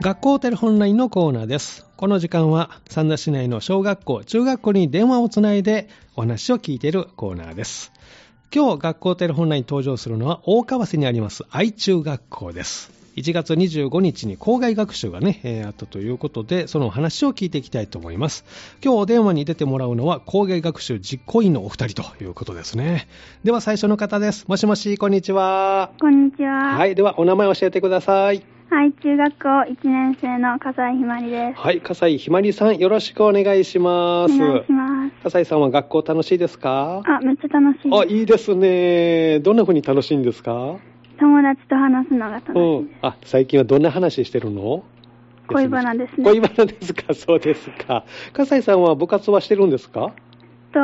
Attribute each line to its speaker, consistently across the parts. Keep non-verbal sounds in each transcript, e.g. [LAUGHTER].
Speaker 1: 学校テレホンラインのコーナーです。この時間は三田市内の小学校、中学校に電話をつないでお話を聞いているコーナーです。今日学校テレホンラインに登場するのは大川瀬にあります愛中学校です。1月25日に校外学習がね、えーあったということで、そのお話を聞いていきたいと思います。今日お電話に出てもらうのは校外学習実行委員のお二人ということですね。では最初の方です。もしもし、こんにちは。
Speaker 2: こんにちは。
Speaker 1: はい、ではお名前を教えてください。
Speaker 2: はい、中学校1年生の笠井ひまりです。
Speaker 1: はい、笠井ひまりさん、よろしくお願いし
Speaker 2: お
Speaker 1: ます。
Speaker 2: 願いします。
Speaker 1: 笠井さんは学校楽しいですか
Speaker 2: あ、めっちゃ楽しい
Speaker 1: あ、
Speaker 2: です。
Speaker 1: いいですね。どんな風に楽しいんですか
Speaker 2: 友達と話すのが楽しいで
Speaker 1: ん。あ、最近はどんな話してるの
Speaker 2: す。恋バナですね。
Speaker 1: 恋バナですかそうですか。笠井さんは部活はしてるんですか
Speaker 2: と、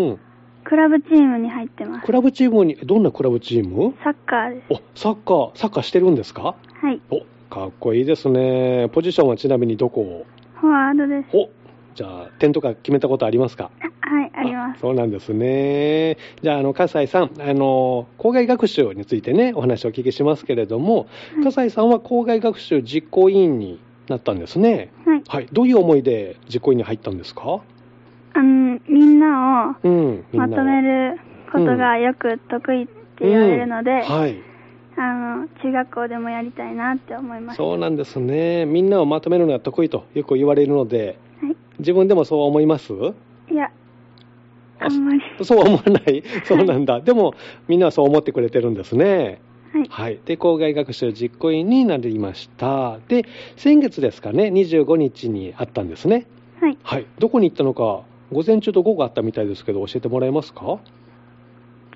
Speaker 1: うん。
Speaker 2: クラブチームに入ってます
Speaker 1: ク。ラブチームに、どんなクラブチーム
Speaker 2: サッカーです。
Speaker 1: お、サッカー、サッカーしてるんですか
Speaker 2: はい、
Speaker 1: お、かっこいいですね。ポジションはちなみにどこを
Speaker 2: フォワードです。
Speaker 1: お、じゃあ、点とか決めたことありますか
Speaker 2: あはい、あります。
Speaker 1: そうなんですね。じゃあ、あの、笠井さん、あの、校外学習についてね、お話をお聞きしますけれども、
Speaker 2: はい
Speaker 1: 笠井さんは校外学習実行委員になったんですね。
Speaker 2: はい、
Speaker 1: はい。どういう思いで実行委員に入ったんですか
Speaker 2: あの、みんなを
Speaker 1: うん。みんな
Speaker 2: ま
Speaker 1: を
Speaker 2: とめることがよく得意って言われるので、
Speaker 1: うんはい。
Speaker 2: あの、中学校でもやりたいなって思いました。は
Speaker 1: そうなんですね。みんなをまとめるのが得意とよく言われるので、
Speaker 2: い、
Speaker 1: 自分でもそう思います
Speaker 2: いや、
Speaker 1: あ
Speaker 2: あんまり。
Speaker 1: そう思わ
Speaker 2: [LAUGHS]
Speaker 1: ない。そうなんだ。でも、みんなはそう思ってくれてるんですね。
Speaker 2: はい、
Speaker 1: はい、で校外学習実行委員になりましたで先月ですかね25日にあったんですね
Speaker 2: はい、
Speaker 1: はいどこに行ったのか午前中と午後あったみたいですけど教えてもらえますか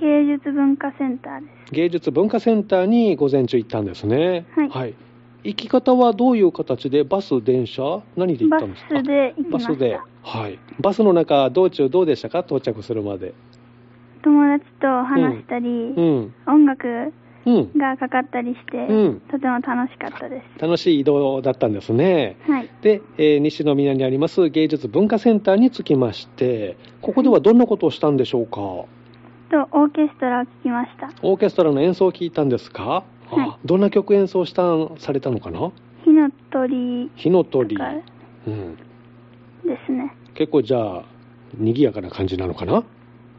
Speaker 2: 芸術文化センターです。
Speaker 1: 芸術文化センターに午前中行ったんですね
Speaker 2: はい
Speaker 1: 行き方はどういう形でバス電車何で行ったんですか
Speaker 2: バスで行きま
Speaker 1: バ
Speaker 2: した
Speaker 1: スではいバスの中道中どうでしたか到着するまで
Speaker 2: 友達と話したり、
Speaker 1: うん
Speaker 2: 音楽
Speaker 1: うん
Speaker 2: がかかったりして、
Speaker 1: うん
Speaker 2: とても楽しかったで
Speaker 1: 楽しい移動だったんですね
Speaker 2: す。はい。
Speaker 1: で、えー西宮にあります芸術文化センターに着きましてここではどんなことをしたんでしょうか
Speaker 2: と、オーケストラを聴きました。
Speaker 1: オーケストラの演奏を聞いたんですか、あ
Speaker 2: はい
Speaker 1: どんな曲演奏したんされたのかな
Speaker 2: 火の鳥
Speaker 1: 火の鳥
Speaker 2: と、か
Speaker 1: うん、
Speaker 2: ですね。
Speaker 1: 結構じゃあ賑やかな感じなのかな、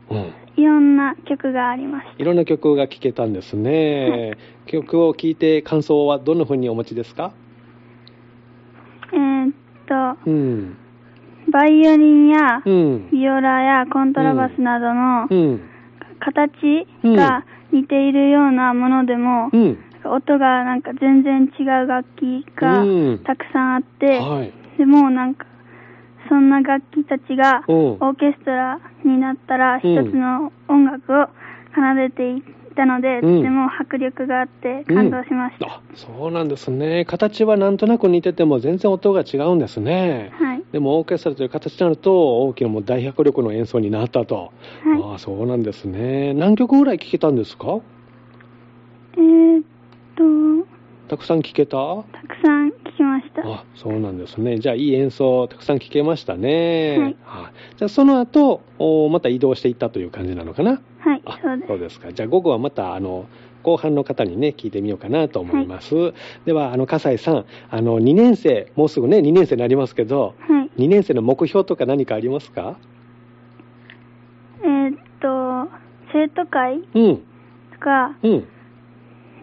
Speaker 1: うん、
Speaker 2: いろんな曲がありまし
Speaker 1: いろんな曲が聴けたんですね、曲を聴いて感想はどんな風にお持ちですか、
Speaker 2: た。えーっ
Speaker 1: うん
Speaker 2: と、バイオリンや
Speaker 1: うん
Speaker 2: ビオラやコントラバスなどの
Speaker 1: うん
Speaker 2: 形が似ているようなものでも、
Speaker 1: うん
Speaker 2: 音がなんか全然違う楽器が
Speaker 1: うん
Speaker 2: たくさんあって、
Speaker 1: はい
Speaker 2: でもうなんか、そんな楽器たちが
Speaker 1: う
Speaker 2: オ
Speaker 1: ん
Speaker 2: ーケストラになったら一
Speaker 1: うん
Speaker 2: つの音楽を奏でていたので、
Speaker 1: うん
Speaker 2: とても迫力があって感動しました。
Speaker 1: あそうなんですね形はなんとなく似てても全然音が違うんですね
Speaker 2: はい。
Speaker 1: でもオーケストラという形になると大きなもう大迫力の演奏になったと、
Speaker 2: はい。
Speaker 1: ああそうなんですね何曲ぐらい聴けたんですか
Speaker 2: えー、っと、
Speaker 1: たくさん聴けた
Speaker 2: たくさん聞きました。
Speaker 1: あそうなんですねじゃあいい演奏たくさん聴けましたね、
Speaker 2: はい
Speaker 1: いじゃあその後おまた移動していったという感じなのかな
Speaker 2: はい
Speaker 1: あ、
Speaker 2: そうで
Speaker 1: そう
Speaker 2: す。
Speaker 1: ですか。じゃあ午後はまたあの後半の方にね聞いてみようかなと思います。ではあの笠井さん、あの2年生もうすぐね2年生になりますけど、
Speaker 2: はい。
Speaker 1: 2年生の目標とか何かありますか？
Speaker 2: えー、っと、生徒会
Speaker 1: うん
Speaker 2: とか
Speaker 1: うん。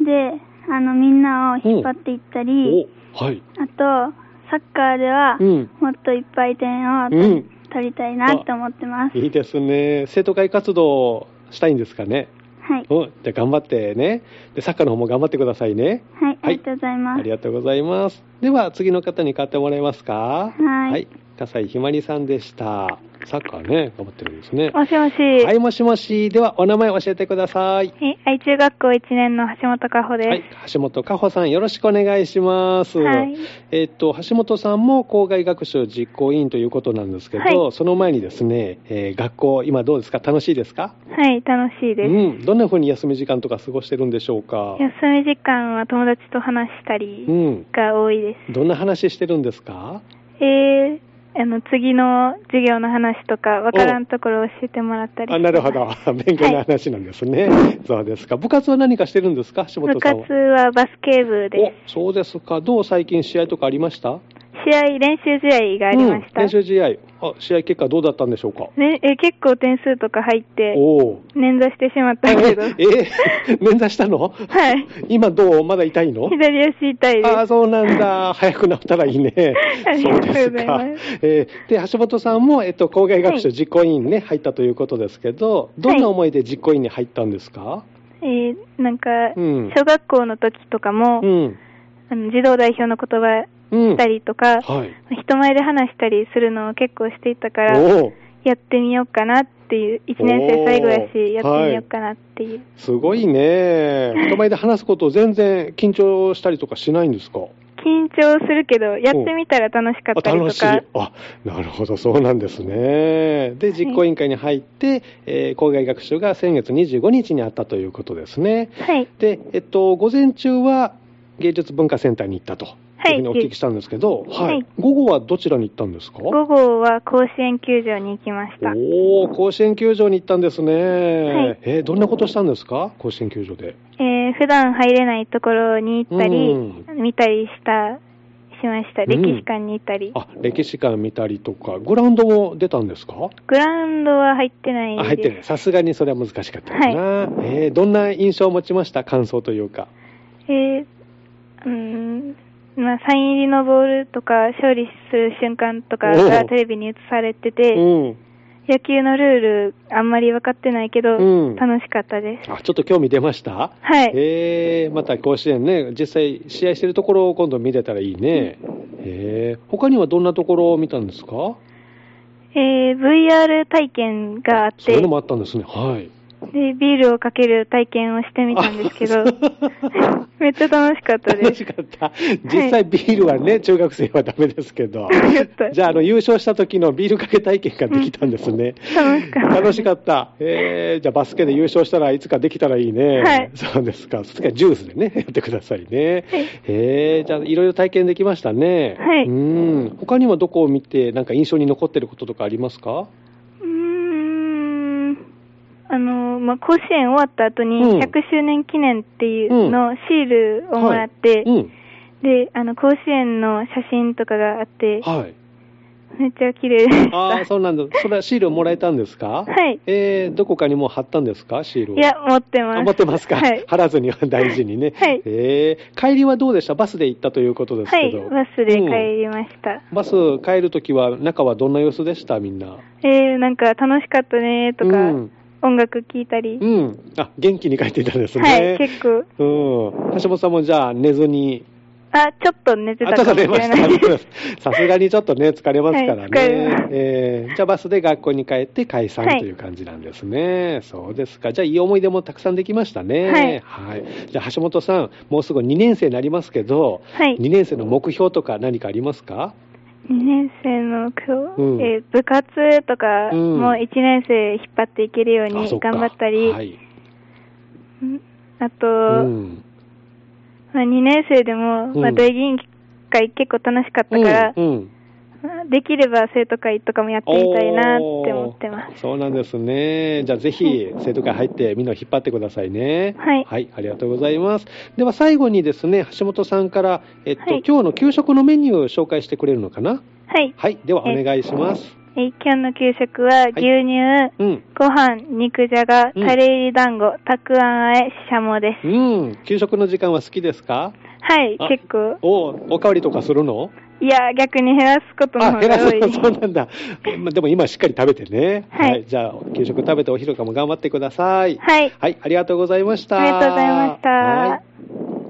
Speaker 2: で、あの、みんなを引っ張っていったり、
Speaker 1: おはい。
Speaker 2: あと、サッカーでは、
Speaker 1: うん
Speaker 2: もっといっぱい点
Speaker 1: う
Speaker 2: を
Speaker 1: ん
Speaker 2: 取りたいなと思ってます。
Speaker 1: いいですね。生徒会活動したいんですかね。
Speaker 2: はい。
Speaker 1: うん。じゃあ頑張ってね。でサッカーの方も頑張ってくださいね。
Speaker 2: はい、ありがとうございます。
Speaker 1: ありがとうございます。では次の方に買ってもらえますか？
Speaker 2: はい
Speaker 1: 笠井ひまりさんでした。サッカーね頑張ってるんですね。
Speaker 2: もしもし。
Speaker 1: は、
Speaker 2: はい
Speaker 1: もしもし。では、お名前教えてください。
Speaker 2: い。愛中学校1年の橋本香穂です。
Speaker 1: はい、橋本加穂さん、よろしくお願いします。
Speaker 2: はい
Speaker 1: えっと、橋本さんも校外学習実行委員ということなんですけど、
Speaker 2: は
Speaker 1: その前にですね、えー学校、今どうですか楽しいですか
Speaker 2: はい、楽しいです。
Speaker 1: うん。どんな風に休み時間とか過ごしてるんでしょうか
Speaker 2: 休み時間は友達と話したり
Speaker 1: うん。
Speaker 2: が多いです。
Speaker 1: どんな話してるんですか
Speaker 2: えー、あの次の授業の話とか、わからんところを教えてもらったり
Speaker 1: あなるほ
Speaker 2: [LAUGHS]
Speaker 1: ど、勉強の話なんですね、そうですか、部活は何かしてるんですか、下
Speaker 2: 部
Speaker 1: 本さんは
Speaker 2: 活。はバスケ部で
Speaker 1: おそうですか、どう最近、試合とかありました
Speaker 2: す。試合、練習試合がありました。
Speaker 1: うん練習試合あ、試合結果、どうだったんでしょうか。
Speaker 2: ね、え結構点数とか入って、
Speaker 1: おお
Speaker 2: 捻挫してしまっ
Speaker 1: え
Speaker 2: たんですけど、は
Speaker 1: え捻挫したの
Speaker 2: い、
Speaker 1: 今どうまだ痛いの
Speaker 2: 左足痛いです。
Speaker 1: ああ、そうなんだ。早くなったらいいね。
Speaker 2: [LAUGHS] あり
Speaker 1: そう
Speaker 2: がとうござ
Speaker 1: で
Speaker 2: います
Speaker 1: すか。えーで、橋本さんも、えっと、校外学習
Speaker 2: はい
Speaker 1: 実行委員ね、入ったということですけど、どんな思いで実行委員に入ったんですか、
Speaker 2: えーなんか、
Speaker 1: うん
Speaker 2: 小学校の時とかも、
Speaker 1: うん。
Speaker 2: あの児童代表の言葉
Speaker 1: うん。
Speaker 2: したりとか、
Speaker 1: はい。
Speaker 2: 人前で話したりするのを結構していたから、
Speaker 1: おお
Speaker 2: やってみようかなっていう、1年生最後やし、やってみようかなっていう。
Speaker 1: すごいね。人前で話すこと全然緊張したりとかしないんですか
Speaker 2: 緊張するけど、やってみたら楽しかったりと
Speaker 1: あ
Speaker 2: か
Speaker 1: 楽しい、あなるほど、そうなんですね。で、実行委員会に入って、えー校外学習が先月25日にあったということですね。
Speaker 2: はい、
Speaker 1: で、えっと、午前中は芸術文化センターに行ったと。
Speaker 2: はい
Speaker 1: いうふうにお聞きしたんですけど、
Speaker 2: はい
Speaker 1: 午後はどちらに行ったんですか
Speaker 2: 午後は甲子園球場に行きました。
Speaker 1: おお、甲子園球場に行ったんですね。
Speaker 2: はい
Speaker 1: えーどんなことしたんですか甲子園球場で。
Speaker 2: えー普段入れないところに行ったり、
Speaker 1: う
Speaker 2: 見たりした、しました。
Speaker 1: うん
Speaker 2: 歴史館に行ったり。
Speaker 1: あ、歴史館見たりとか、グラウンドも出たんですか
Speaker 2: グラウンドは入ってないで
Speaker 1: あ
Speaker 2: す。
Speaker 1: 入ってない。さすがにそれは難しかったかな。えーどんな印象を持ちました感想というか。
Speaker 2: えーうーん、まあ、サイン入りのボールとか、勝利する瞬間とか
Speaker 1: お
Speaker 2: が
Speaker 1: う
Speaker 2: テレビに映されて
Speaker 1: う
Speaker 2: て、
Speaker 1: ん。
Speaker 2: 野球のルール、あんまり分かってないけど、
Speaker 1: うん
Speaker 2: 楽しかったです。
Speaker 1: あ、ちょっと興味出ました
Speaker 2: はい。
Speaker 1: えーまた甲子園ね、実際試合してるところを今度見れたらいいね。えー他にはどんなところを見たんですか
Speaker 2: えー VR 体験があっ
Speaker 1: そうい
Speaker 2: て
Speaker 1: うのもあったんですね。はい。
Speaker 2: で、ビールをかける体験をしてみたんですけど
Speaker 1: あ、そう
Speaker 2: [LAUGHS] めっちゃ楽しかったで
Speaker 1: 楽
Speaker 2: す
Speaker 1: [LAUGHS] し。かった。実際ビールはね、中学生はダメですけど。
Speaker 2: やった
Speaker 1: じゃあ、あの、優勝した時のビールかけ体験ができたんですね。
Speaker 2: 楽しかった。
Speaker 1: 楽しかった。えー、じゃあバスケで優勝したらいつかできたらいいね。
Speaker 2: はい
Speaker 1: そうですか。それからジュースでね、 [LAUGHS] やってくださいね。えー、じゃあいろいろ体験できましたね。
Speaker 2: はい
Speaker 1: うん。他にはどこを見て、なんか印象に残ってることとかありますか
Speaker 2: うーんあの、まあ、甲子園終わった後に、
Speaker 1: うん
Speaker 2: 100周年記念っていうのシールをもらっ
Speaker 1: はい
Speaker 2: て、
Speaker 1: うん。
Speaker 2: で、あの、甲子園の写真とかがあって、
Speaker 1: はい。
Speaker 2: めっちゃ綺麗でした。
Speaker 1: ああ、そうなんだ。それはシールをもらえたんですか
Speaker 2: はい
Speaker 1: えー、どこかにもう貼ったんですかシールを。
Speaker 2: いや、持ってます。
Speaker 1: あ持ってますか、
Speaker 2: はい。
Speaker 1: 貼らずには大事にね。
Speaker 2: はい
Speaker 1: えー、帰りはどうでしたバスで行ったということです
Speaker 2: は
Speaker 1: け
Speaker 2: い、
Speaker 1: ど。
Speaker 2: バスで帰
Speaker 1: うん
Speaker 2: りました。
Speaker 1: バス帰るときは、中はどんな様子でした、みんな。
Speaker 2: えー、なんか楽しかったねとか、
Speaker 1: うん
Speaker 2: 音楽聴いたり、
Speaker 1: うん、あ元気に帰っていたんです
Speaker 2: はい、
Speaker 1: ね。
Speaker 2: 結構、
Speaker 1: うん、橋本さんもじゃあ、寝ずに、
Speaker 2: あ、ちょっと寝て
Speaker 1: あ
Speaker 2: た
Speaker 1: ちょ
Speaker 2: か
Speaker 1: っ
Speaker 2: も
Speaker 1: と
Speaker 2: し
Speaker 1: 寝
Speaker 2: れ
Speaker 1: まし
Speaker 2: な
Speaker 1: た
Speaker 2: いです。 [LAUGHS]
Speaker 1: さすがにちょっとね、疲れますからね、
Speaker 2: はい疲れます
Speaker 1: えーじゃあ、バスで学校に帰って解散
Speaker 2: はい
Speaker 1: という感じなんですね、そうですか、じゃあ、いい思い出もたくさんできましたね、はいじゃあ、橋本さん、もうすぐ2年生になりますけど、
Speaker 2: はい。
Speaker 1: 2年生の目標とか、何かありますか
Speaker 2: 2年生の今日、
Speaker 1: うん
Speaker 2: えー部活とか
Speaker 1: うん
Speaker 2: も1年生引っ張っていけるよう
Speaker 1: あそ
Speaker 2: に
Speaker 1: っか
Speaker 2: 頑張ったり、
Speaker 1: はい
Speaker 2: うんあと、
Speaker 1: うん
Speaker 2: まあ、2年生でも、
Speaker 1: うん
Speaker 2: まあ、大議員会結構楽しかったから、
Speaker 1: うんうん
Speaker 2: まあできれば生徒会とかもやってみたいなって思ってます。
Speaker 1: す。そうなんですね。じゃあぜひ生徒会入ってみんなを引っ張ってくださいね。
Speaker 2: はい
Speaker 1: ありがとうございます。では最後にですね、橋本さんから、えっと、
Speaker 2: はい
Speaker 1: 今日の給食のメニューを紹介してくれるのかな
Speaker 2: はい、
Speaker 1: はい。ではお
Speaker 2: え
Speaker 1: 願いします。
Speaker 2: えー今日の給食は牛乳、
Speaker 1: うん。
Speaker 2: ご飯、肉じゃが、
Speaker 1: うん
Speaker 2: タレ入り団子、たくあんあえ、ししゃもです。
Speaker 1: うん。給食の時間は好きですか
Speaker 2: はい
Speaker 1: あ、
Speaker 2: 結構。
Speaker 1: おおかわりとかするの
Speaker 2: いや、逆に減らすことの
Speaker 1: あ、
Speaker 2: 方
Speaker 1: 減
Speaker 2: が
Speaker 1: ら
Speaker 2: 多い。
Speaker 1: す。そう [LAUGHS] なんだ。まあでも今しっかり食べてね。
Speaker 2: はい
Speaker 1: じゃあ、給食食べてお昼かも頑張ってください。
Speaker 2: はい、
Speaker 1: はい。ありがとうございました。
Speaker 2: ありがとうございました。
Speaker 1: はい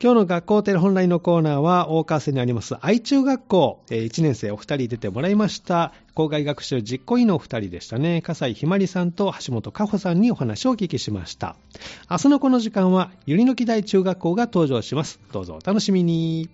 Speaker 3: 今日の学校テレ本来のコーナーは大川瀬にあります愛中学校、え1年生お二人出てもらいました校外学習実行委員のお二人でしたね笠井ひまりさんと橋本佳穂さんにお話をお聞きしました明日のこの時間はゆりのき台中学校が登場しますどうぞお楽しみに